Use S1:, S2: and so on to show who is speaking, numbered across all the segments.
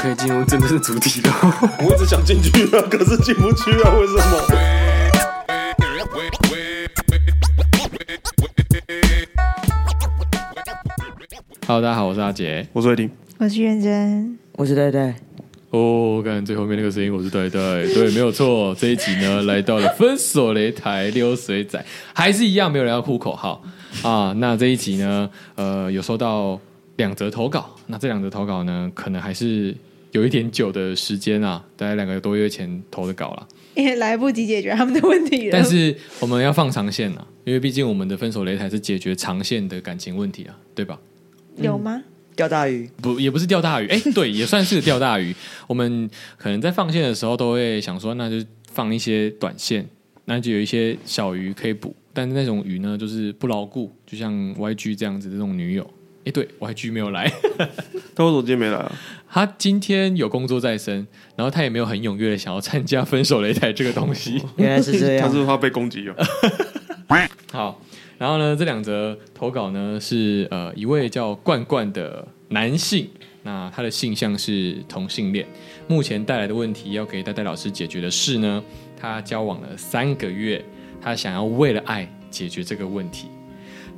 S1: 可以进入真正的主题了。
S2: 我一直想进去啊，可是进不去啊，为什么？
S1: Hello，大家好，我是阿杰。
S2: 我说一定，
S3: 我是认真，
S4: 我是戴戴，
S1: 哦，刚才最后面那个声音我是对对对，没有错。这一集呢，来到了分手擂台溜水仔，还是一样没有人要呼口号啊。那这一集呢，呃，有收到两则投稿，那这两则投稿呢，可能还是有一点久的时间啊，大概两个多月前投的稿了。
S3: 也来不及解决他们的问题了。
S1: 但是我们要放长线啊，因为毕竟我们的分手擂台是解决长线的感情问题啊，对吧？
S3: 有吗？
S1: 嗯
S4: 钓大鱼，
S1: 不，也不是钓大鱼，哎、对，也算是钓大鱼。我们可能在放线的时候都会想说，那就放一些短线，那就有一些小鱼可以捕。但是那种鱼呢，就是不牢固，就像 YG 这样子的这种女友。哎、对，YG 没有来，
S2: 但我怎么今天没来啊？
S1: 他今天有工作在身，然后他也没有很踊跃的想要参加分手擂台这个东西。
S4: 原来是这
S2: 他
S4: 样。
S2: 是怕被攻击了。啊
S1: 好，然后呢，这两则投稿呢是呃一位叫冠冠的男性，那他的性向是同性恋，目前带来的问题要给戴戴老师解决的是呢，他交往了三个月，他想要为了爱解决这个问题，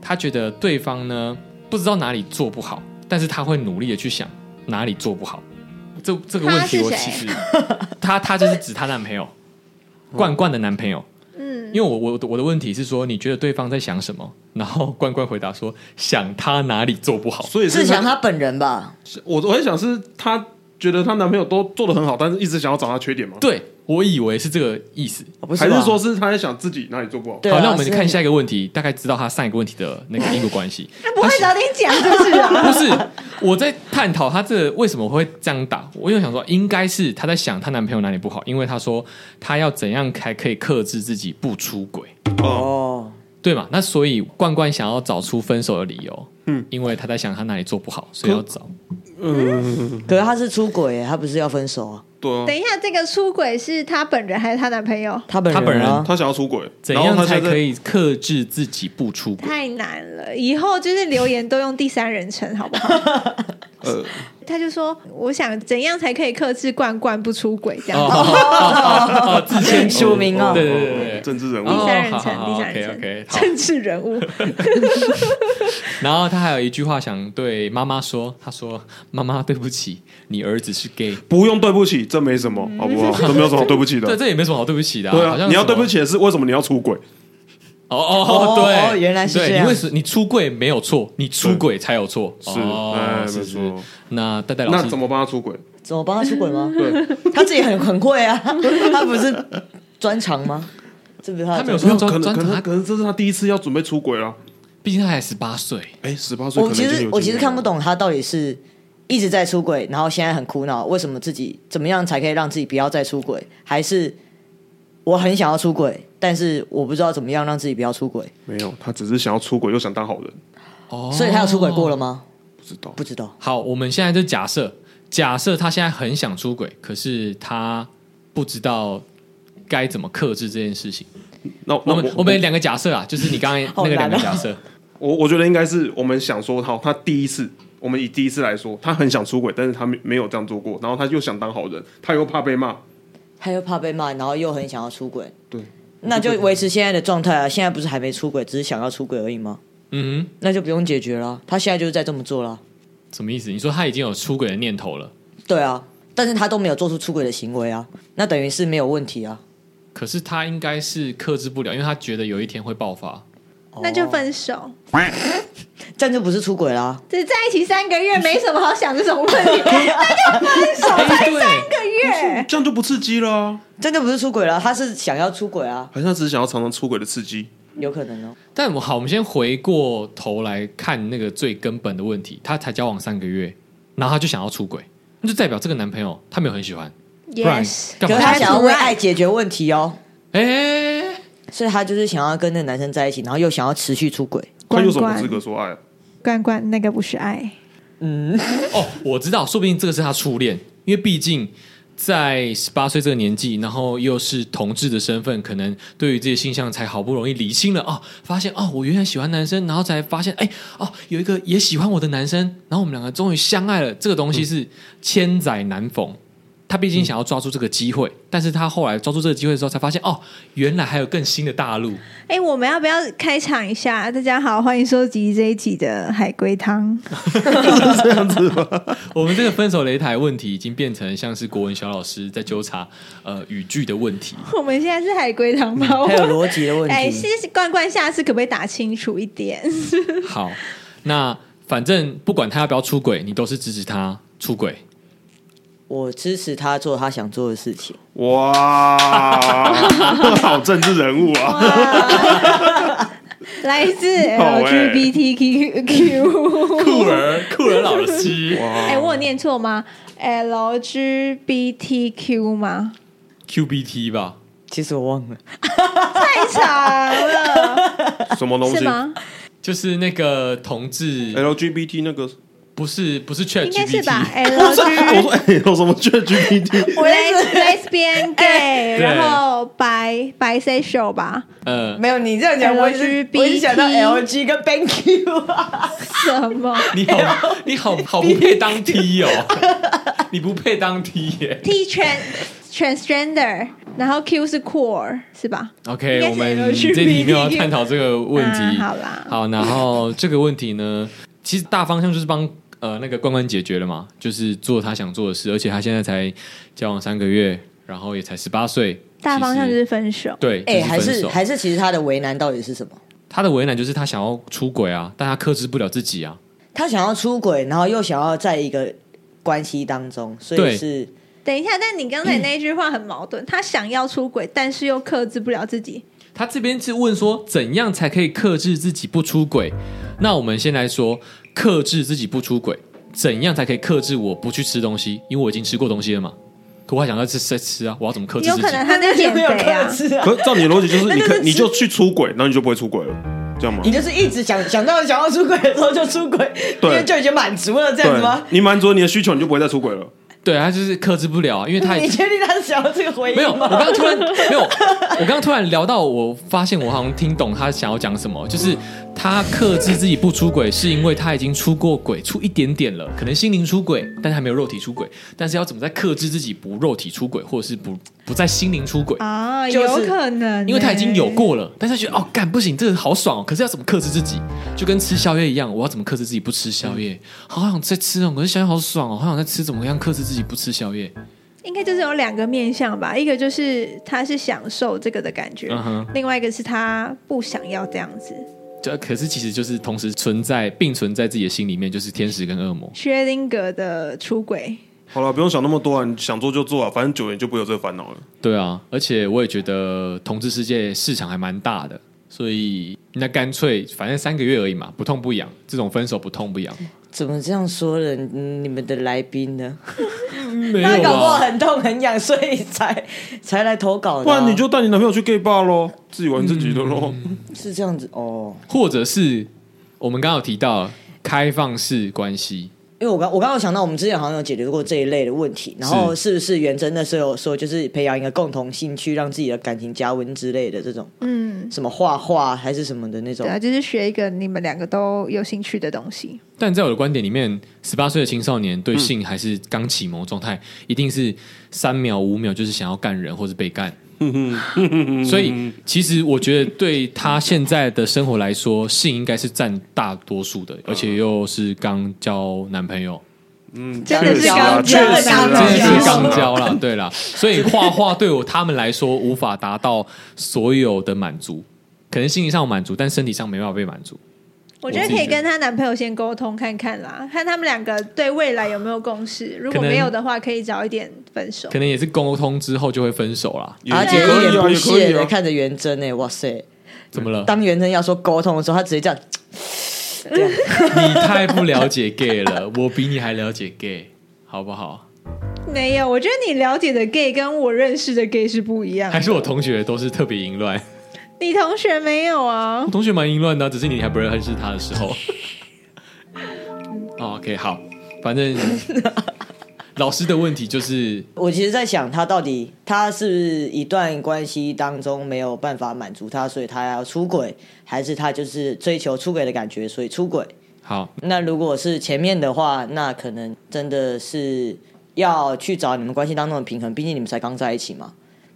S1: 他觉得对方呢不知道哪里做不好，但是他会努力的去想哪里做不好。这这个问题我
S3: 他是
S1: 其
S3: 谁
S1: 实 他他就是指她男朋友冠嗯冠的男朋友，
S3: 嗯，
S1: 因为我我我的问题是说，你觉得对方在想什么？然后关关回答说，想他哪里做不好。
S2: 所以
S4: 是
S2: 是
S4: 想
S2: 他，
S4: 他本人吧？
S2: 我我在想是她觉得她男朋友都做的很好，但是一直想要找她缺点吗？
S1: 对我以为是这个意思。
S4: 哦不
S2: 还
S4: 吧
S2: 是说是她在想自己哪里做不好？
S4: 对啊
S1: 好，那我们
S4: 是
S1: 看下一个问题，大概知道他上一个问题的那个因果关系。
S3: 他不会早点讲，是不是 啊？
S1: 不是我在探讨他这为什么会这样打，我又想说，应该是她在想她男朋友哪里不好，因为她说她要怎样才可以克制自己不出轨，
S2: 哦，
S4: 哦，
S1: 对嘛？那所以冠冠想要找出分手的理由，
S2: 嗯
S1: 嗯，因为她在想她哪里做不好，所以要找。
S2: 嗯，
S4: 可是他是出轨耶，他不是要分手啊？
S2: 对
S3: 等
S2: 啊，
S3: 一下，这个出轨是她本人还是她男朋友？
S4: 他本人、啊，
S1: 他本人
S2: 她想要出轨，
S1: 怎
S2: 然后
S1: 样
S2: 她
S1: 才
S2: 现在
S1: 可以克制自己不出轨？
S3: 太难了，以后就是留言都用第三人称，好不 好？
S2: 呃，
S3: 他就说：“我想怎样才可以克制罐罐不出轨？”
S2: 哦
S3: 这样，
S1: 哦，自谦
S4: 署名啊
S1: 对对对对。
S2: 政治人物
S3: 第
S1: 哦
S3: 三人称，
S1: 好好好
S3: 第三人称
S1: OK，OK，好
S3: 政治人物。
S1: 然后他还有一句话想对妈妈说，他说：“妈妈，对不起，你儿子是 gay。
S2: 不用对不起，这没什么，好不好？这没有什么好嗯对不起”
S1: 对，
S2: 的。
S1: 这也没什么好对不起的、
S2: 对
S1: 好
S2: 啊，
S1: 像
S2: 你要
S1: 什么
S2: 对不。起的是为什么你要出轨？
S1: 哦哦，
S4: 哦
S1: 对，
S4: 哦原来是
S1: 对
S4: 这样
S1: 你为什你出柜没有错，你出轨才有错。
S2: 是，
S1: 哦
S2: 哎，，没
S1: 是是。
S2: 错。
S1: 那戴戴老
S2: 那
S1: 师
S2: 怎么帮她出轨？
S4: 怎么帮他出轨 吗？
S2: 对，
S4: 他自己很很会啊， 他不是专长吗？这不是他
S1: 他
S4: 的
S1: 没有
S4: 专
S1: 说
S2: 可
S1: 专
S2: 能
S1: 专
S2: 可能
S1: 他，
S2: 可能这是她第一次要准备出轨了。
S1: 毕竟他才十八岁。
S2: 哎，十八岁可
S4: 长。我
S2: 能
S4: 其
S2: 已经
S1: 啊
S4: 实
S2: 有
S4: 我其
S2: 经
S4: 实
S2: 验
S4: 看不
S2: 了。
S4: 懂他到底是一直在出轨，然后现在很苦恼，为什么自己怎么样才可以让自己不要再出轨？还是我很想要出轨，但是我不知道怎么样让自己不要出轨，
S2: 没有，她只是想要出轨又想当好人，
S1: 哦，
S4: 所以他有出轨过了吗？
S2: 不知道
S4: 不。知道。
S1: 好，我们现在就假设，假设他现在很想出轨，可是他不知道该怎么克制这件事情。
S2: 那那
S1: 我们我们两个假设啊，就是你刚才
S4: 好
S1: 那个两
S4: 难
S1: 个
S4: 啊
S1: 假设，
S2: 我我觉得应该是我们想说，好，他第一次，我们以第一次来说，他很想出轨，但是他没没有这样做过，然后他又想当好人，他又怕被骂，
S4: 他又怕被骂，然后又很想要出轨，
S2: 对，
S4: 那就维持现在的状态啊。现在不是还没出轨，只是想要出轨而已吗？
S1: 嗯
S4: 那就不用解决了。他现在就是在这么做了，
S1: 哼，什么意思？你说他已经有出轨的念头了，
S4: 对啊，但是他都没有做出出轨的行为啊，那等于是没有问题啊。
S1: 可是他应该是克制不了，因为他觉得有一天会爆发。
S3: 那就
S4: 哦，
S3: 分手。
S4: 这样就不是出轨啦。
S3: 只在一起三个 月，没什么好想这种问题，那就分手
S1: 哎、
S3: 才
S1: 对，
S3: 三个
S4: 哎
S3: 月。
S2: 这样就不刺激了、啊，
S4: 这样就不是出轨了，他是想要出轨啊，
S2: 好像只是想要尝尝出轨的刺激。
S4: 有可能哦。
S1: 但我好，我们先回过头来看那个最根本的问题，他才交往三个月，然后他就想要出轨，那就代表这个男朋友他没有很喜欢，不然
S3: Yes，
S1: 干
S4: 可
S1: 嘛出轨？
S4: 是他想要为爱解决问题哦，
S1: 哎、
S4: 所以他就是想要跟那个男生在一起，然后又想要持续出轨。
S2: 他
S3: 关
S2: 有什么资格说爱、啊？
S3: 关关，那个不是爱，
S1: 哦，我知道，说不定这个是他初恋，因为毕竟在十八岁这个年纪，然后又是同志的身份，可能对于这些性向才好不容易理清了哦，发现哦，我原来喜欢男生，然后才发现哎哦，有一个也喜欢我的男生，然后我们两个终于相爱了。这个东西是千载难逢。他毕竟想要抓住这个机会，但是他后来抓住这个机会的时候，才发现哦，原来还有更新的大陆。
S3: 哎、我们要不要开场一下？大家好，欢迎收集这一集的海龟汤。
S1: 我们这个分手擂台问题已经变成像是国文小老师在纠察呃语句的问题。
S3: 我们现在是海龟汤吗？
S4: 嗯还有逻辑的问 题。
S3: 哎、谢谢冠冠，下次可不可以打清楚一点？
S1: 好，那反正不管他要不要出轨，你都是支持他出轨。
S4: 我支持他做他想做的事情。
S2: 哇，好政治人物 啊！
S3: 来自
S2: 好欸
S3: LGBTQ。
S1: 酷儿，酷儿老师，
S3: 哎、我有念错吗？LGBTQ 吗？
S1: QBT 吧？
S4: 其实我忘了，
S3: 太长了，
S2: 什么东
S3: 是
S2: 西
S3: 吗？
S1: 就是那个同志，
S2: ？LGBT 那个，
S1: 不是不是
S3: 应该是吧
S1: ChatGPT，
S2: 我说
S3: ？LG
S2: 哎，有什么 GPT？
S3: les lesbian gay，
S1: 对
S3: 然后白白 sexual 吧？
S1: 呃，
S4: 没有你这样
S3: 讲我一直我一直想到
S4: LG 跟 Thank You 啊，
S3: 什么
S1: 你好，你好好不配当 T 哦， 你不配当 T 耶。
S3: ？T trans transgender，然后 Q 是 core 是吧？应该
S1: OK，
S3: 是
S1: 我们
S3: LGBTQ
S1: 这题没有要 探讨这个问题。
S3: 啊好啦
S1: 好，然后这个问题呢，其实大方向就是帮呃那个关关解决了嘛，就是做他想做的事，而且他现在才交往三个月，然后也才十八岁，
S3: 大方向就
S1: 其实
S3: 是分手。
S1: 对，
S4: 哎、
S1: 就
S4: 还
S1: 分
S4: 是
S1: 手
S4: 还是，其实他的为难到底是什么？
S1: 他的为难就是他想要出轨啊，但他克制不了自己啊，
S4: 他想要出轨，然后又想要在一个关系当中，所
S1: 对
S4: 以是
S3: 等一下，但你刚才那一句话很矛盾，他想要出轨，但是又克制不了自己。
S1: 他这边是问说，怎样才可以克制自己不出轨？那我们先来说，克制自己不出轨，怎样才可以克制我不去吃东西？因为我已经吃过东西了嘛，可我还想要吃再吃啊，我要怎么克制
S3: 有
S1: 自己
S3: 可？能他在减
S4: 没有
S3: 肥啊
S4: 克，制啊。
S2: 可是照你的逻辑就是，你
S4: 那就
S2: 可
S4: 是
S2: 你就去出轨，然后你就不会出轨了，这样吗
S4: 你？就是一直想想到想要出轨的时候就出轨，因
S2: 对
S4: 为就已经满足了这样子吗？
S2: 你满足了你的需求，你就不会再出轨了。
S1: 对，他就是克制不了啊，因为他已
S4: 你
S1: 经
S4: 确定他是想要这个回
S1: 没有。
S4: 应
S1: 我
S4: 吗？
S1: 刚刚突然没有，我刚刚突然聊到，我发现我好像听懂他想要讲什么，就是他克制自己不出轨，是因为他已经出过轨，出一点点了，可能心灵出轨，但是还没有肉体出轨。但是要怎么再克制自己不肉体出轨，或者是不不在心灵出轨？
S3: 啊，
S4: 就是
S3: 有可能欸、
S1: 因为他已经有过了，但是觉得哦，干不行，这个好爽哦。可是要怎么克制自己？就跟吃宵夜一样，我要怎么克制自己不吃宵夜？好想再吃哦，可是宵夜好爽哦，好想再吃，怎么样克制自己不吃宵夜？
S3: 应该就是有两个面向吧，一个就是他是享受这个的感觉，
S1: 嗯哼
S3: 另外一个是他不想要这样子。
S1: 就可是其实就是同时存在并存在自己的心里面，就是天使跟恶魔。
S3: 薛定谔的出轨，
S2: 好了，不用想那么多啊，你想做就做啊，反正久了你就不会有这个烦恼了。
S1: 对啊，而且我也觉得同志世界市场还蛮大的，所以那干脆反正三个月而已嘛，不痛不痒，这种分手不痛不痒。
S4: 怎么这样说的？你们的来宾呢？
S1: 没
S4: 他搞不好
S1: 啊，
S4: 很痛很痒，所以才才来投稿的啊、
S2: 不然你就带你男朋友去 gay bar 咯，自己玩自己的咯。
S4: 是这样子哦。
S1: 或者是我们刚刚有提到开放式关系。
S4: 因为我刚我刚刚想到，我们之前好像有解决过这一类的问题，然后是不是元真那时候有说，就是培养一个共同兴趣，让自己的感情加温之类的这种，
S3: 嗯，
S4: 什么画画还是什么的那种
S3: 对，啊，就是学一个你们两个都有兴趣的东西。
S1: 但在我的观点里面，十八岁的青少年对性还是刚启蒙状态，一定是三秒五秒就是想要干人或是被干。所以，其实我觉得对他现在的生活来说，性应该是占大多数的，而且又是刚交男朋友，
S2: 嗯，
S3: 真的
S2: 确
S3: 是
S2: 实啊，
S3: 刚
S2: 确实啊
S1: 真
S4: 真
S1: 的
S4: 的
S1: 是刚
S2: 确
S4: 是
S2: 实啊
S1: 交啦，对啦。所以画画对我他们来说无法达到所有的满足，可能心理上有满足，但身体上没办法被满足。
S3: 我觉得
S1: 自己
S3: 可以
S1: 觉得
S3: 跟她男朋友先沟通看看啦，看他们两个对未来有没有共识。如果
S1: 可能
S3: 没有的话，可以早一点分手
S1: 可。能也是沟通之后就会分手啦。
S4: 阿
S2: 也
S4: 姐一
S2: 可以
S4: 脸
S2: 啊，
S4: 不
S2: 也可
S4: 屑
S2: 以
S4: 的
S2: 啊。
S4: 看着元真哎，哇塞！
S1: 怎么了？
S4: 当元真要说沟通的时候，他直接这样，
S1: 你太不了解 gay 了，我比你还了解 gay，好不好？
S3: 没有，我觉得你了解的 gay 跟我认识的 gay 是不一样的。
S1: 还是我同学都是特别淫乱，
S3: 你同学没有 啊
S1: 我？同学蛮淫乱的啊，只是你还不认识他的时候。哦 OK，好，反正你老师的问题就是
S4: 我其实在想，他到底他是不是一段关系当中没有办法满足他，所以他要出轨，还是他就是追求出轨的感觉，所以出轨？
S1: 好，
S4: 那如果是前面的话，那可能真的是要去找你们关系当中的平衡，毕竟你们才刚在一起嘛。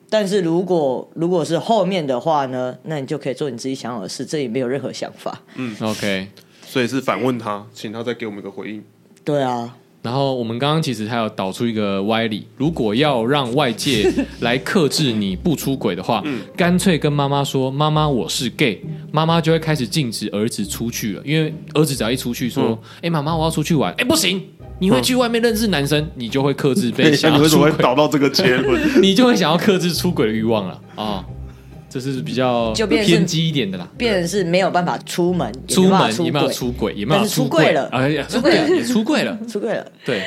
S4: 但是如果如果是后面的话呢，那你就可以做你自己想要的事，这里没有任何想法。
S1: 嗯，OK。
S2: 所以是反问他，请他再给我们一个回应。
S4: 对啊，
S1: 然后我们刚刚其实还有导出一个歪理，如果要让外界来克制你不出轨的话，
S2: 嗯
S1: 干脆跟妈妈说：“妈妈，我是 gay。”妈妈就会开始禁止儿子出去了，因为儿子只要一出去
S2: 嗯
S1: 说：“哎、妈妈，我要出去玩。”哎，不行，你会去外面认识男生，你就会克制被想
S2: 你
S1: 要
S2: 为什
S1: 出
S2: 么
S1: 轨
S2: 会，导到这个结论？
S1: 你就会想要克制出轨的欲望了啊、这是比较
S4: 就变成是
S1: 偏激一点的啦。
S4: 变成是没有办法出门，也
S1: 出
S4: 没
S1: 门
S4: 办法
S1: 也没有
S4: 轨，
S1: 出轨，也没有
S4: 但是出
S1: 柜
S4: 柜了
S1: 哎呀，
S4: 出柜了
S1: 也出柜了。
S4: 出轨了。
S1: 对，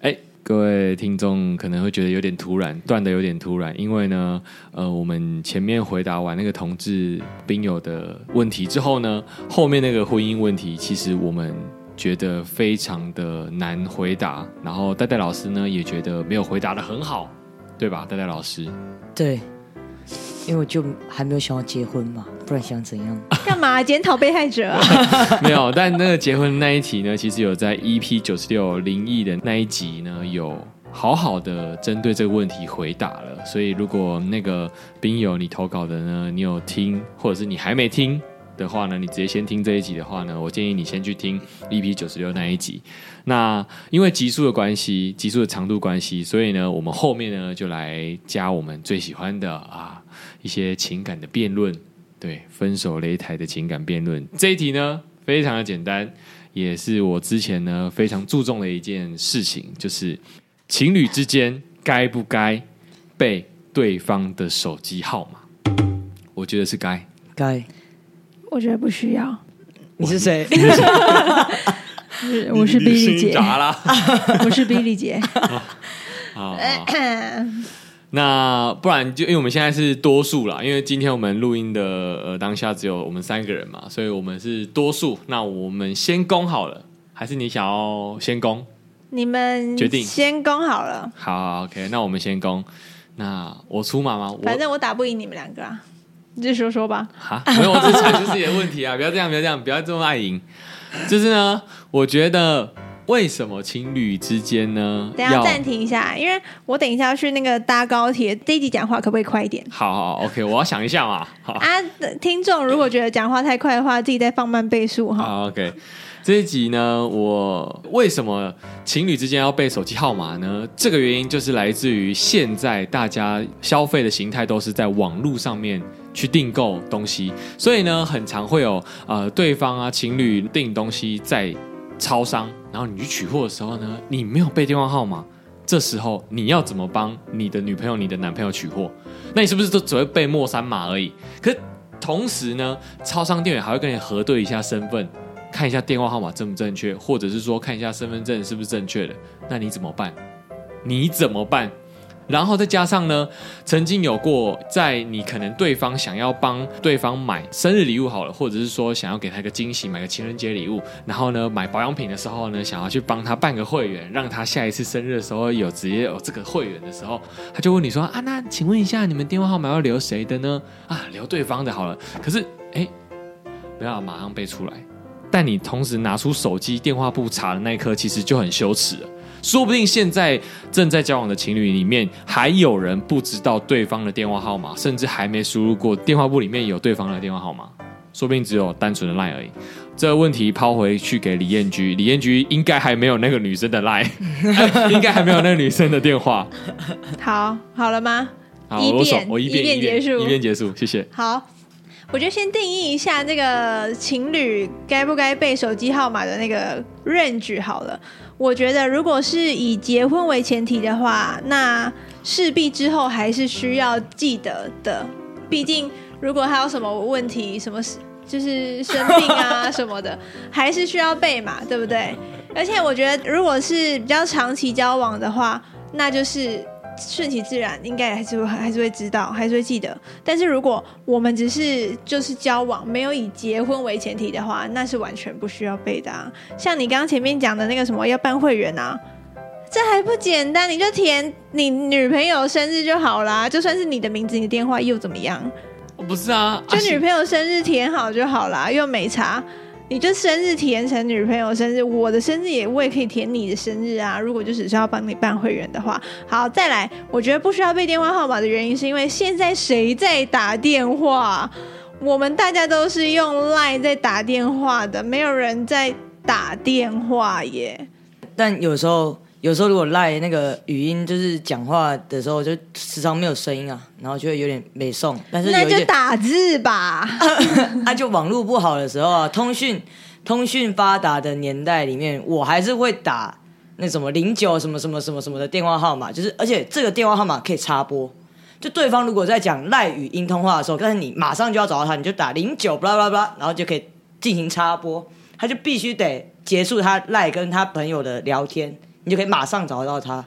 S1: 哎，各位听众可能会觉得有点突然，断的有点突然，因为呢，呃，我们前面回答完那个同志兵友的问题之后呢，后面那个婚姻问题，其实我们。觉得非常的难回答，然后戴戴老师呢也觉得没有回答的很好，对吧？戴戴老师，
S4: 对，因为我就还没有想要结婚嘛，不然想 怎样？
S3: 干嘛检讨被害者啊？
S1: 没有，但那个结婚那一题呢，其实有在 EP 九十六灵异的那一集呢，有好好的针对这个问题回答了。所以如果那个兵友你投稿的呢，你有听，或者是你还没听。的话呢，你直接先听这一集的话呢，我建议你先去听 EP 九十六那一集。那因为集数的关系，集数的长度关系，所以呢，我们后面呢就来加我们最喜欢的啊一些情感的辩论，对，分手擂台的情感辩论这一题呢，非常的简单，也是我之前呢非常注重的一件事情，就是情侣之间该不该背对方的手机号码？我觉得是该。
S4: 该
S3: 我觉得不需要，
S4: 你 是谁？
S3: 我是比利姐，
S1: 咋啦？
S3: 我是比利姐。
S1: 好好那不然就因为我们现在是多数啦，因为今天我们录音的呃当下只有我们三个人嘛，所以我们是多数。那我们先攻好了，还是你想要先攻？
S3: 你们
S1: 决定
S3: 先攻好了，
S1: 好好，OK，那我们先攻。那我出马吗？我
S3: 反正我打不赢你们两个啊，你就说说吧。
S1: 啊，没有，我只是阐述自己的问题啊！不要这样，不要这样，不要这么爱赢。就是呢，我觉得为什么情侣之间呢
S3: 等一下
S1: 要
S3: 暂停一下，因为我等一下要去那个搭高铁，这一集讲话可不可以快一点？
S1: 好好好 OK，我要想一下嘛。好，
S3: 啊，听众如果觉得讲话太快的话，自己再放慢倍速哈。
S1: 好 OK。这一集呢，我为什么情侣之间要背手机号码呢？这个原因就是来自于现在大家消费的形态都是在网络上面去订购东西，所以呢，很常会有呃对方啊情侣订东西在超商，然后你去取货的时候呢，你没有背电话号码，这时候你要怎么帮你的女朋友、你的男朋友取货？那你是不是都只会背莫三码而已？可同时呢，超商店员还会跟你核对一下身份，看一下电话号码正不正确，或者是说看一下身份证是不是正确的。那你怎么办？你怎么办？然后再加上呢，曾经有过在你可能对方想要帮对方买生日礼物好了，或者是说想要给他一个惊喜，买个情人节礼物，然后呢买保养品的时候呢，想要去帮他办个会员，让他下一次生日的时候有直接有这个会员的时候，他就问你说啊，那请问一下你们电话号码要留谁的呢？啊，留对方的好了。可是哎，不要马上背出来。但你同时拿出手机电话簿查的那一刻，其实就很羞耻了。说不定现在正在交往的情侣里面，还有人不知道对方的电话号码，甚至还没输入过电话簿里面有对方的电话号码，说不定只有单纯的 line 而已。这个问题抛回去给李艳居，李艳居应该还没有那个女生的 line，应该还没有那个女生的电话。
S3: 好，好了吗？
S1: 好，
S3: 一
S1: 我手
S3: 遍
S1: 我一遍
S3: 一遍结束
S1: 一遍结束，谢谢。
S3: 好，我就先定义一下这个情侣该不该背手机号码的那个 range 好了。我觉得，如果是以结婚为前提的话，那势必之后还是需要记得的。毕竟，如果他有什么问题，什么事就是生病啊什么的，还是需要背嘛，对不对？而且我觉得，如果是比较长期交往的话，那就是顺其自然，应该还是会还是会知道，还是会记得。但是如果我们只是就是交往，没有以结婚为前提的话，那是完全不需要背的啊。像你刚刚前面讲的那个什么要办会员啊，这还不简单？你就填你女朋友生日就好啦，就算是你的名字、你的电话又怎么样？
S1: 哦不是啊，
S3: 就
S1: 啊
S3: 女
S1: 是
S3: 朋友生日填好就好啦，又没差。你就生日填成女朋友生日，我的生日也我也可以填你的生日啊。如果就只是要帮你办会员的话，好，再来。我觉得不需要背电话号码的原因，是因为现在谁在打电话？我们大家都是用 Line 在打电话的，没有人在打电话耶。
S4: 但有时候，有时候如果赖那个语音，就是讲话的时候，就时常没有声音啊，然后就会有点没送。但是
S3: 那
S4: 有一
S3: 就
S4: 点，
S3: 打字吧。
S4: 啊，就网络不好的时候啊，通讯通讯发达的年代里面，我还是会打那什么零九什么什么什么什么的电话号码，就是而且这个电话号码可以插播。就对方如果在讲赖语音通话的时候，但是你马上就要找到他，你就打零九 blah blah blah，然后就可以进行插播，他就必须得结束他赖跟他朋友的聊天，你就可以马上找到他。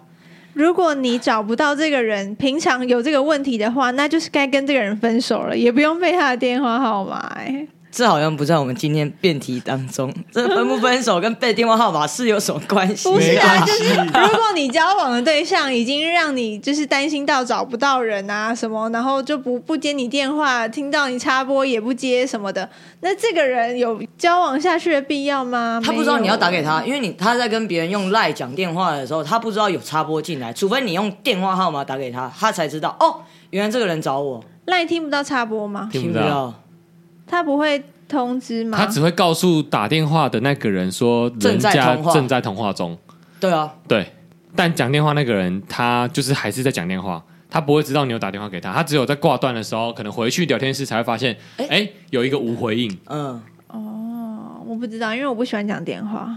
S3: 如果你找不到这个人，平常有这个问题的话，那就是该跟这个人分手了，也不用背他的电话号码、哎，
S4: 这好像不在我们今天辩题当中，这分不分手跟背电话号码是有什么关系？
S3: 不是
S1: 没
S3: 啊，
S1: 关
S3: 就
S1: 系
S3: 是如果你交往的对象已经让你就是担心到找不到人啊什么，然后就不不接你电话，听到你插播也不接什么的，那这个人有交往下去的必要吗？
S4: 他不知道你要打
S3: 没有啊
S4: 给他，因为你他在跟别人用赖讲电话的时候，他不知道有插播进来，除非你用电话号码打给他，他才知道哦，原来这个人找我，
S3: 赖听不到插播吗？
S1: 听不到，。
S3: 他不会通知吗？
S1: 他只会告诉打电话的那个人说人
S4: 正在
S1: 家
S4: 通话
S1: 正在通话中，
S4: 对啊，
S1: 对，但讲电话那个人他就是还是在讲电话，他不会知道你有打电话给他，他只有在挂断的时候，可能回去聊天室才会发现，哎、有一个无回应。
S4: 嗯，
S3: 哦我不知道，因为我不喜欢讲电话。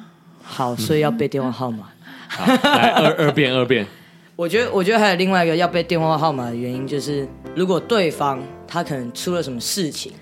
S4: 好，所以要背电话号码。
S1: 好，来二二遍二 遍，
S4: 我觉得，我觉得还有另外一个要背电话号码的原因，就是如果对方他可能出了什么事情，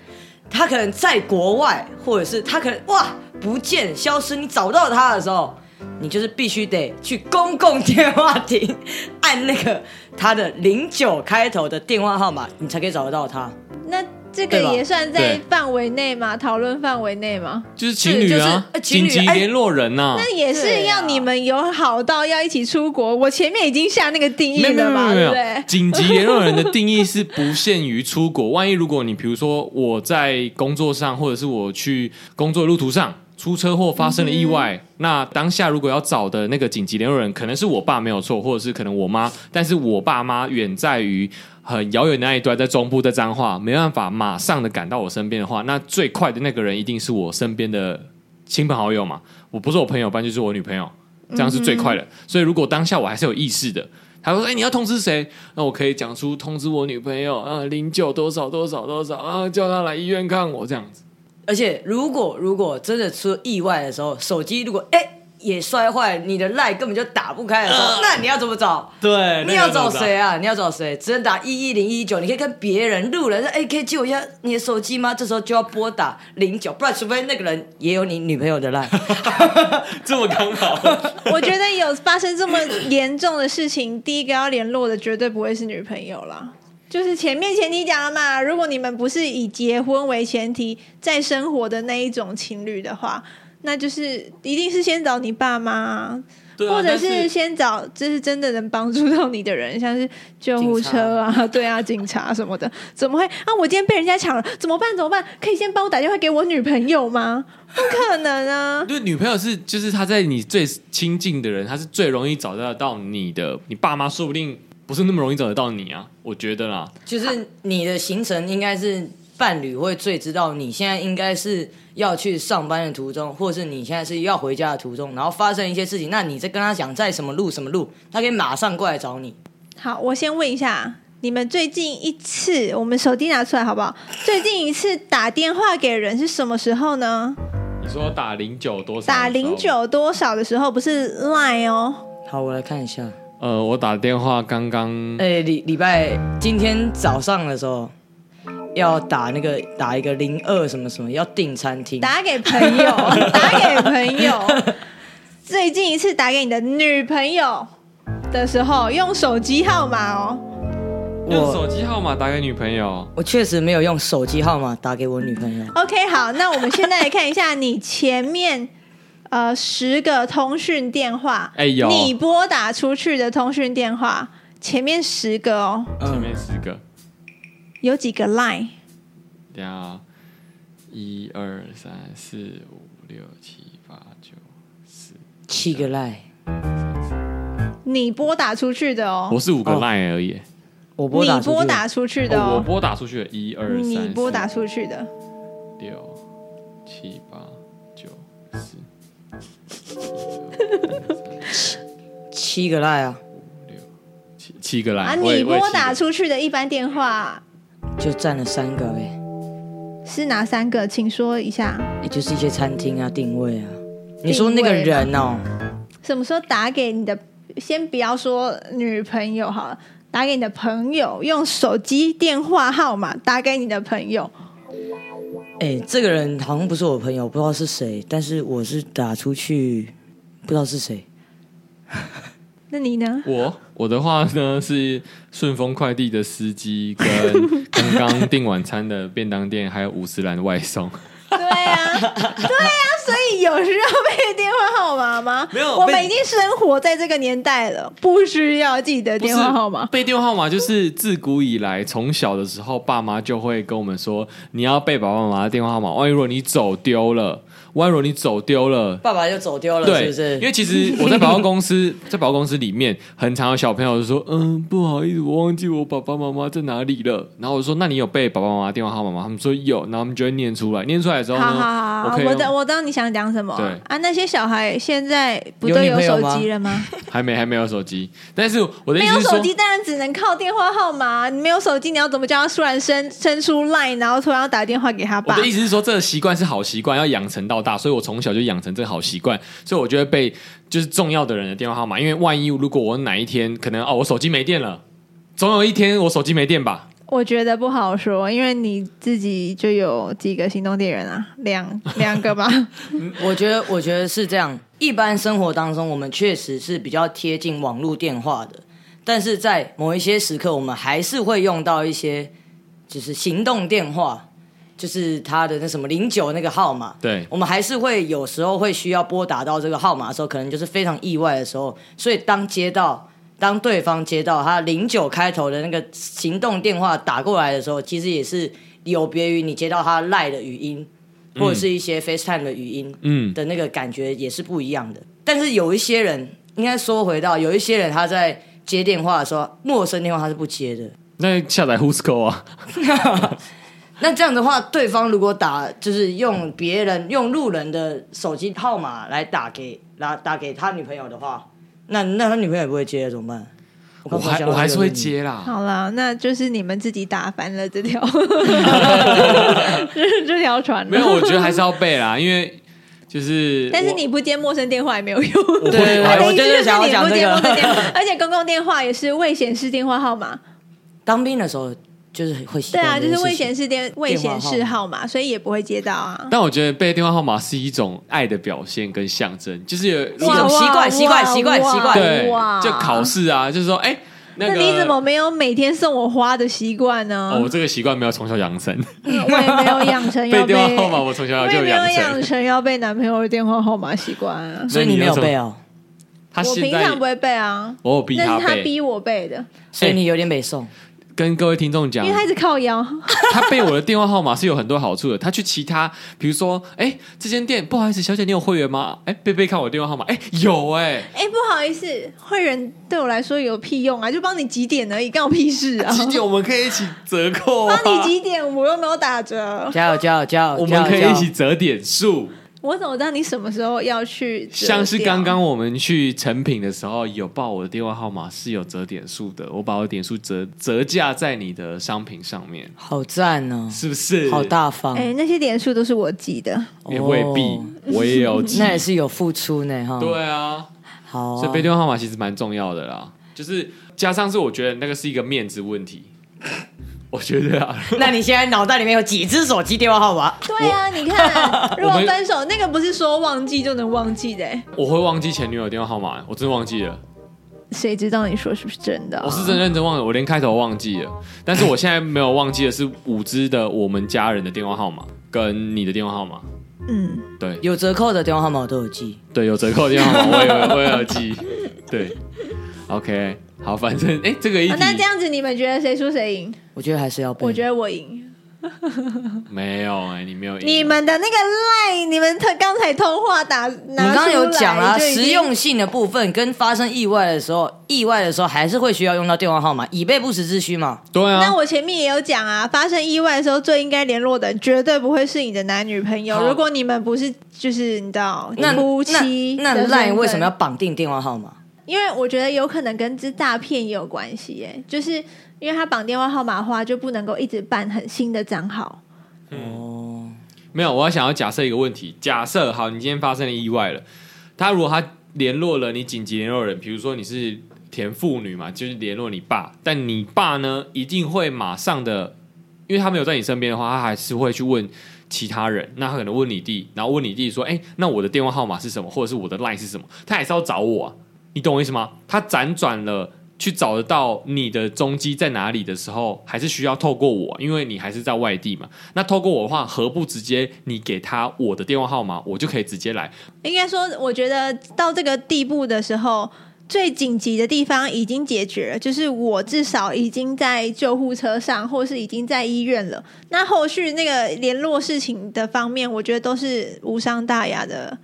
S4: 他可能在国外，或者是他可能哇不见消失，你找不到他的时候，你就是必须得去公共电话亭按那个他的零九开头的电话号码，你才可以找得到他。
S3: 那这个
S4: 对吧
S3: 也算在
S1: 对
S3: 范围内吗？讨论范围内吗？
S1: 就是情侣啊，
S4: 对就是呃情
S1: 紧
S4: 侣
S1: 急联络人呐、
S3: 那也是
S4: 对啊
S3: 要你们有好到要一起出国。我前面已经下那个定义
S1: 没有没有
S3: 了
S1: 没
S3: 吧，
S1: 有没
S3: 对
S1: 有
S3: 不对，？
S1: 紧急联络人的定义是不限于出国。万一如果你比如说我在工作上，或者是我去工作的路途上出车祸发生了意外，
S3: 嗯
S1: 那当下如果要找的那个紧急联络人，可能是我爸没有错，或者是可能我妈，但是我爸妈远在于。很遥远的那一端，在中部，在彰化，没办法马上的赶到我身边的话，那最快的那个人一定是我身边的亲朋好友嘛。我不是我朋友，不然就是我女朋友，
S4: 嗯
S1: 这样是最快的。所以如果当下我还是有意识的，他会说：“哎、你要通知谁？”那我可以讲出通知我女朋友啊，零九多少多少多少啊，叫她来医院看我这样子。
S4: 而且如果如果真的出意外的时候，手机如果哎。也摔坏，你的赖根本就打不开的时候，那你要怎么找？
S1: 对
S4: 你要找谁？啊？你要找谁？只能打一一零一九，你可以跟别人路人说：“哎、可以借我一下你的手机吗？”这时候就要拨打零九，不然除非那个人也有你女朋友的 line。
S1: 这么刚 好，
S3: 我觉得有发生这么严重的事情，第一个要联络的绝对不会是女朋友啦。就是前面前提讲了嘛，如果你们不是以结婚为前提在生活的那一种情侣的话，那就是一定是先找你爸妈啊、
S1: 对啊
S3: 或者
S1: 但
S3: 是
S1: 是
S3: 先找就是真的能帮助到你的人，像是救护车啊，对啊，警察什么的，怎么会啊？我今天被人家抢了，怎么办？怎么办？可以先帮我打电话给我女朋友吗？不可能啊！
S1: 就是女朋友是就是她在你最亲近的人，她是最容易找得到你的。你爸妈说不定不是那么容易找得到你啊，我觉得啦。
S4: 就是你的行程应该是伴侣会最知道你现在应该是要去上班的途中，或是你现在是要回家的途中，然后发生一些事情，那你再跟他讲在什么路什么路，他可以马上过来找你。
S3: 好，我先问一下，你们最近一次，我们手机拿出来好不好？最近一次打电话给人是什么时候呢？
S1: 你说打零九多少？
S3: 打零，九多少的时候，不是 Line 哦。
S4: 好，我来看一下。
S1: 呃，我打电话刚刚
S4: 哎、礼礼拜今天早上的时候要打那个打一个零二什么什么，要订餐厅。
S3: 打给朋友，打给朋友。最近一次打给你的女朋友的时候，用手机号码哦。
S1: 用手
S4: 我
S1: 机号码打给女朋友，
S4: 我确实没有用手机号码打给我女朋友。
S3: OK，好，那我们现在来看一下你前面 呃十个通讯电话，
S1: 哎有
S3: 你拨打出去的通讯电话前面十个哦，
S1: 嗯前
S4: 嗯
S1: 面十个，
S3: 有几个 Line？
S1: 等一下啊一二三四五六七八九十，
S4: 七个赖，
S3: 你拨打出去的哦，
S1: 我是五个
S4: 哦
S1: line 而已，
S4: 我拨打
S3: 你拨
S4: 出去
S3: 打出去的
S1: 哦我
S3: 哦，
S1: 拨打出去了，一二三，
S3: 你
S1: 四
S3: 拨打出去的，哦
S1: 六七八九十，
S4: 七个赖啊，
S1: 七七个 line
S3: 啊，
S1: 我也
S3: 你
S1: 我也
S3: 拨
S1: 七
S3: 打
S1: 个
S3: 出去的一般电话
S4: 就占了三个呗，
S3: 是哪三个？请说一下。
S4: 也就是一些餐厅啊、定位啊。你说那个人哦，
S3: 什么时候打给你的？先不要说女朋友好了，打给你的朋友，用手机电话号码打给你的朋友。
S4: 哎，这个人好像不是我朋友，不知道是谁，但是我是打出去，不知道是谁。
S3: 那你呢？
S1: 我我的话呢是顺丰快递的司机，跟刚刚订晚餐的便当店，还有五十兰的外送。
S3: 对啊， 对啊，所以有需要背电话号码吗？
S1: 没有
S3: 我
S1: 被
S3: 们已经生活在这个年代了，不需要记得
S1: 不是
S3: 电话号码。
S1: 背电话号码就是自古以来，从小的时候，爸妈就会跟我们说，你要背爸爸妈妈的电话号码，万一如果你走丢了，万一如果你走丢 了。
S4: 爸爸就走丢了，是
S1: 对，
S4: 不是？
S1: 因为其实我在百货公司， 在百货公司里面，很常有小朋友就说：“嗯，不好意思，我忘记我爸爸妈妈在哪里了。”然后我就说：“那你有背爸爸妈妈的电话号码吗？”他们说有，然后他们就会念出来。念出来之后
S3: 好
S1: 呢，
S3: 好好好，
S1: 可以
S3: 我
S1: 用
S3: 知道我知道你想讲什么
S1: 对
S3: 啊？那些小孩现在不都
S4: 有女
S3: 有
S4: 朋友
S3: 手
S4: 吗
S3: 机了吗？
S1: 还没还没有手机，但是我的意
S3: 没
S1: 思
S3: 有
S1: 是
S3: 手
S1: 说，
S3: 机当然只能靠电话号码，你没有手机，你要怎么叫他突然生生出 line，然后突然要打电话给他
S1: 我
S3: 爸
S1: 的？意思是说，这个习惯是好习惯，要养成到大，所以我从小就养成这个好习惯，所以我就会被就是重要的人的电话号码，因为万一如果我哪一天可能哦，我手机没电了，总有一天我手机没电吧。
S3: 我觉得不好说，因为你自己就有几个行动电源啊，两两 个吧。
S4: 我觉得，我觉得是这样。一般生活当中，我们确实是比较贴近网络电话的，但是在某一些时刻，我们还是会用到一些就是行动电话，就是他的那什么零九那个号码。
S1: 对
S4: 我们还是会有时候会需要拨打到这个号码的时候，可能就是非常意外的时候。所以当接到当对方接到他零九开头的那个行动电话打过来的时候，其实也是有别于你接到他赖的语音，或者是一些 FaceTime 的语音，
S1: 嗯
S4: 的那个感觉也是不一样的。但是有一些人，应该说回到有一些人他在接电话的时候，陌生电话他是不接的。
S1: 那下载 Who's Call 啊，
S4: 那这样的话，对方如果打就是用别人用路人的手机号码来打给打打给他女朋友的话，那那他女朋友也不会接，怎么办？
S1: 我
S4: 我刚才
S1: 还
S4: 讲到
S1: 我还是
S4: 这个
S1: 会
S4: 问题，
S1: 接啦。
S3: 好了，那就是你们自己打翻了 这条这这条船了。
S1: 没有，我觉得还是要背啦，因为就是我，
S3: 但是你不接陌生电话也没有用。
S1: 我
S4: 对对
S1: 会
S4: 对
S1: 我还
S3: 我的
S1: 会
S3: 意思就是
S4: 我就是想要
S3: 你
S4: 讲
S3: 不
S4: 这
S3: 接
S4: 个
S3: 陌生电 话，而且公共电话也是未显示电话号码。
S4: 当兵的时候就是会习
S3: 对
S4: 惯
S3: 啊，
S4: 这
S3: 就
S4: 件
S3: 是未
S4: 事情
S3: 显示电未显示
S4: 电话
S3: 号码，所以也不会接到啊。
S1: 但我觉得背电话号码是一种爱的表现跟象征，就是有
S4: 哇习惯习惯习惯习惯
S1: 对，就考试啊，就是说，哎、那
S3: 那
S1: 个
S3: 你怎么没有每天送我花的习惯呢？嗯
S1: 哦，我这个习惯没有从小养成，
S3: 我也没有养成要
S1: 背
S3: 被
S1: 电话号码，我从小
S3: 我
S1: 就
S3: 也没有
S1: 养
S3: 养
S1: 成。
S3: 成要被男朋友的电话号码习惯啊。
S4: 所以你没有背哦，
S1: 他
S3: 我
S1: 现
S3: 平
S1: 在
S3: 常不会背啊，
S1: 我有逼
S3: 那
S1: 他
S3: 是他
S1: 背，
S3: 逼我背的，
S4: 所以你有点北宋。
S1: 哎跟各位听众讲
S3: 因为，他一直靠腰。
S1: 他背我的电话号码是有很多好处的。他去其他，比如说，哎，这间店不好意思，小姐你有会员吗？哎，贝贝看我电话号码，哎，有哎、
S3: 哎、不好意思，会员对我来说有屁用啊？就帮你几点而已，干我屁事啊！
S1: 几点我们可以一起折扣啊？
S3: 帮你几点，我又没有打折，
S4: 加油加油加油！
S1: 我们可以
S4: 加
S1: 一
S4: 油
S1: 起折点数，
S3: 我怎么知道你什么时候要去？啊
S1: 像是刚。刚我们去成品的时候，有报我的电话号码是有折点数的，我把我的点数折折价在你的商品上面，
S4: 好赞哦，
S1: 是不是？
S4: 好大方，
S3: 哎、那些点数都是我记的，
S1: 也未必
S4: 哦，
S1: 我也有记
S4: 那也是有付出呢
S3: 嗯
S4: 哈。，
S1: 对啊，
S4: 好啊
S1: 所以背电话号码其实蛮重要的啦，就是加上是我觉得那个是一个面子问题， 我觉得啊，
S4: 那你现在脑袋里面有几只手机电话号码？
S3: 对啊，你看，如
S1: 我
S3: 果
S1: 们
S3: 分手，那个不是说忘记就能忘记的、哎
S1: 我会忘记前女友的电话号码，我真的忘记了，
S3: 啊谁知道你说是不是真的啊、
S1: 我是真认真忘了，我连开头忘记了，但是我现在没有忘记的是五只的我们家人的电话号码跟你的电话号码，
S3: 嗯，
S1: 对
S4: 有折扣的电话号码我都有记。
S1: 对，有折扣的电话号 码我也有我也有记。对，OK，好，反正哎、这个一题、
S3: 啊那这样子你们觉得谁输谁赢？
S4: 我觉得还是要背。
S3: 我觉得我赢。
S1: 没有哎、你没有赢
S3: 你们的那个赖，你们他刚才通话打，你
S4: 我们刚刚有讲啦、实用性的部分跟发生意外的时候，意外的时候还是会需要用到电话号码，以备不时之需嘛。
S1: 对啊
S3: 那，我前面也有讲啊，发生意外的时候，最应该联络的人绝对不会是你的男女朋友。
S1: 好
S3: 如果你们不是就是你知道
S4: 那
S3: 夫妻
S4: 那
S3: 的
S4: 那
S3: 身
S4: 赖
S3: 份
S4: 为什么要？绑定电话号码？
S3: 因为我觉得有可能跟这诈骗也有关系耶、就是因为他绑电话号码的话，就不能够一直办很新的账号。
S4: 哦，
S1: 没有，我要想要假设一个问题，假设好，你今天发生了意外了，他如果他联络了你紧急联络人，比如说你是田妇女嘛，就是联络你爸，但你爸呢一定会马上的，因为他没有在你身边的话，他还是会去问其他人，那他可能问你弟，然后问你弟说，哎、那我的电话号码是什么，或者是我的 line 是什么，他还是要找我、啊，你懂我意思吗？他辗转了。去找得到你的踪迹在哪里的时候，还是需要透过我，因为你还是在外地嘛。那透过我的话，何不直接你给他我的电话号码，我就可以直接来？
S3: 应该说，我觉得到这个地步的时候，最紧急的地方已经解决了，就是我至少已经在救护车上，或是已经在医院了。那后续那个联络事情的方面，我觉得都是无伤大雅的。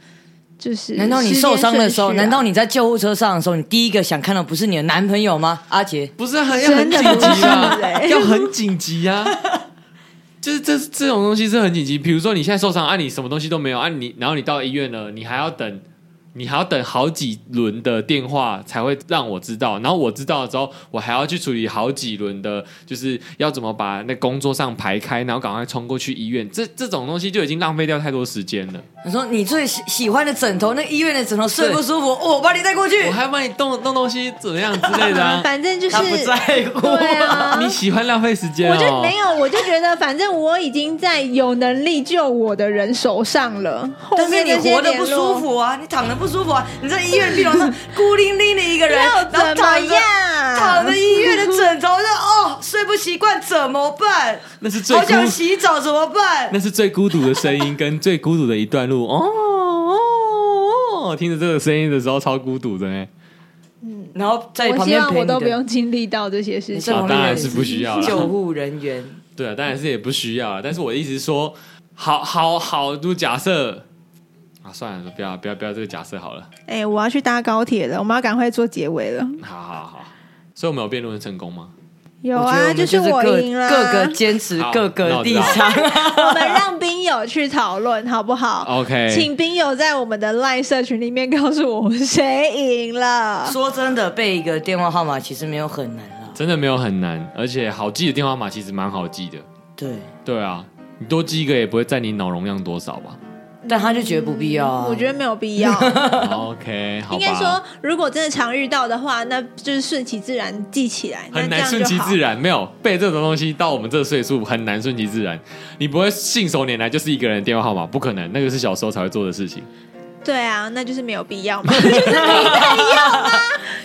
S3: 就是
S4: 难道你
S3: 时间
S4: 受伤的
S3: 顺
S4: 时候，
S3: 序啊
S4: 难道你在救护车上的时候，你第一个想看到不是你的男朋友吗？阿杰，
S1: 不是啊很要
S3: 真
S1: 很
S3: 的
S1: 紧急
S3: 不是
S1: 啊，
S3: 欸？
S1: 要很紧急啊。就是这这种东西是很紧急，比如说你现在受伤，啊，你什么东西都没有，啊你，然后你到医院了，你还要等，你还要等好几轮的电话才会让我知道，然后我知道了之后，我还要去处理好几轮的，就是要怎么把那工作上排开，然后赶快冲过去医院，这这种东西就已经浪费掉太多时间了。
S4: 你说你最喜喜欢的枕头，那医院的枕头睡不舒服，哦，我把你带过去，
S1: 我还帮你动动东西，怎么样之类的、啊
S3: 反正就是
S4: 他不在乎。
S3: 对 啊，
S1: 你喜欢浪费时间、哦？
S3: 我就没有，我就觉得反正我已经在有能力救我的人手上了，后
S4: 但是
S3: 面
S4: 你
S3: 那些
S4: 活得不
S3: 联络
S4: 舒。服啊，你躺得不舒服啊，你在医院病 床上孤零零的一个人，
S3: 要
S4: 然后
S3: 怎么
S4: 躺着
S3: 样？啊
S4: 躺着医院的枕头上，哦，睡不习惯怎么办？
S1: 那是最
S4: 好
S1: 孤，
S4: 想洗澡怎么办？
S1: 那是最孤独的声音，跟最孤独的一段路。哦哦哦，听着这个声音的时候，超孤独的呢。
S4: 然后在
S3: 我
S4: 旁
S3: 希
S4: 边
S3: 望
S4: 陪
S3: 我
S4: 你
S3: 都不
S4: 的
S3: 用经历到这些事
S4: 你
S3: 情
S4: 这。种
S1: 啊当然
S4: 人
S1: 是不需要啦
S4: 救护人员。
S1: 对啊，当然是也不需要了。但是我的意思是说，好好好，就假设啊，算了，不要不要不要这个假设好了。
S3: 哎、我要去搭高铁了，我们要赶快做结尾了。
S1: 好好好，所以我们有辩论成功吗？
S3: 有
S4: 我觉得我
S3: 啊，
S4: 们
S3: 就是我
S4: 各
S3: 赢了。
S4: 各个坚持
S1: 好
S4: 各个立
S1: 那我知道
S4: 场。
S3: 我们让兵友去讨论好不好
S1: OK
S3: 请兵友在我们的 LINE 社群里面告诉我们谁赢了。
S4: 说真的，背一个电话号码其实没有很难啦。
S1: 真的没有很难，而且好记的电话号码其实蛮好记的。
S4: 对，
S1: 对啊，你多记一个也不会占你脑容量多少 吧
S4: 但他就觉得不必要啊。
S3: 嗯我觉得没有必要。
S1: ？OK，好吧。
S3: 应该说，如果真的常遇到的话，那就是顺其自然记起来，
S1: 很
S3: 那
S1: 难
S3: 这
S1: 顺
S3: 样就
S1: 其
S3: 好
S1: 自。然，没有背这种东西到我们这个岁数很难顺其自然，你不会信手拈来就是一个人的电话号码，不可能，那个是小时候才会做的事情。
S3: 对啊，那就是没有必要 嘛，就是没必要嘛，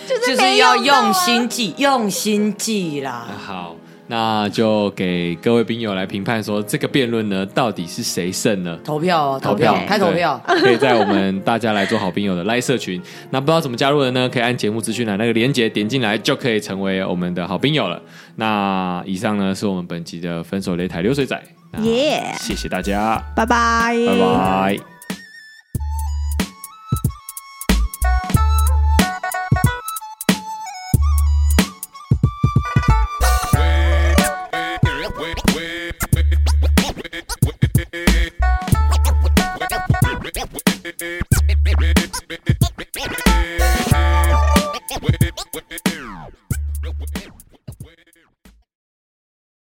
S3: 就是
S4: 就是
S3: 没
S4: 要
S3: 用到啊
S4: 用心记，用心记
S1: 啊
S4: 啦。
S1: 好，那就给各位兵友来评判说这个辩论呢到底是谁胜呢？
S4: 投票啊，投
S1: 票
S4: 票，，开投
S1: 对
S4: 票。，
S1: 可以在我们大家来做好兵友的赖社群。那不知道怎么加入的呢？可以按节目资讯栏那个连接点进来，就可以成为我们的好兵友了。那以上呢是我们本集的分手擂台流水仔，那
S3: 耶
S1: 谢谢大家，
S3: 拜拜，
S1: 拜拜。
S5: Wait, wait, wait, wait.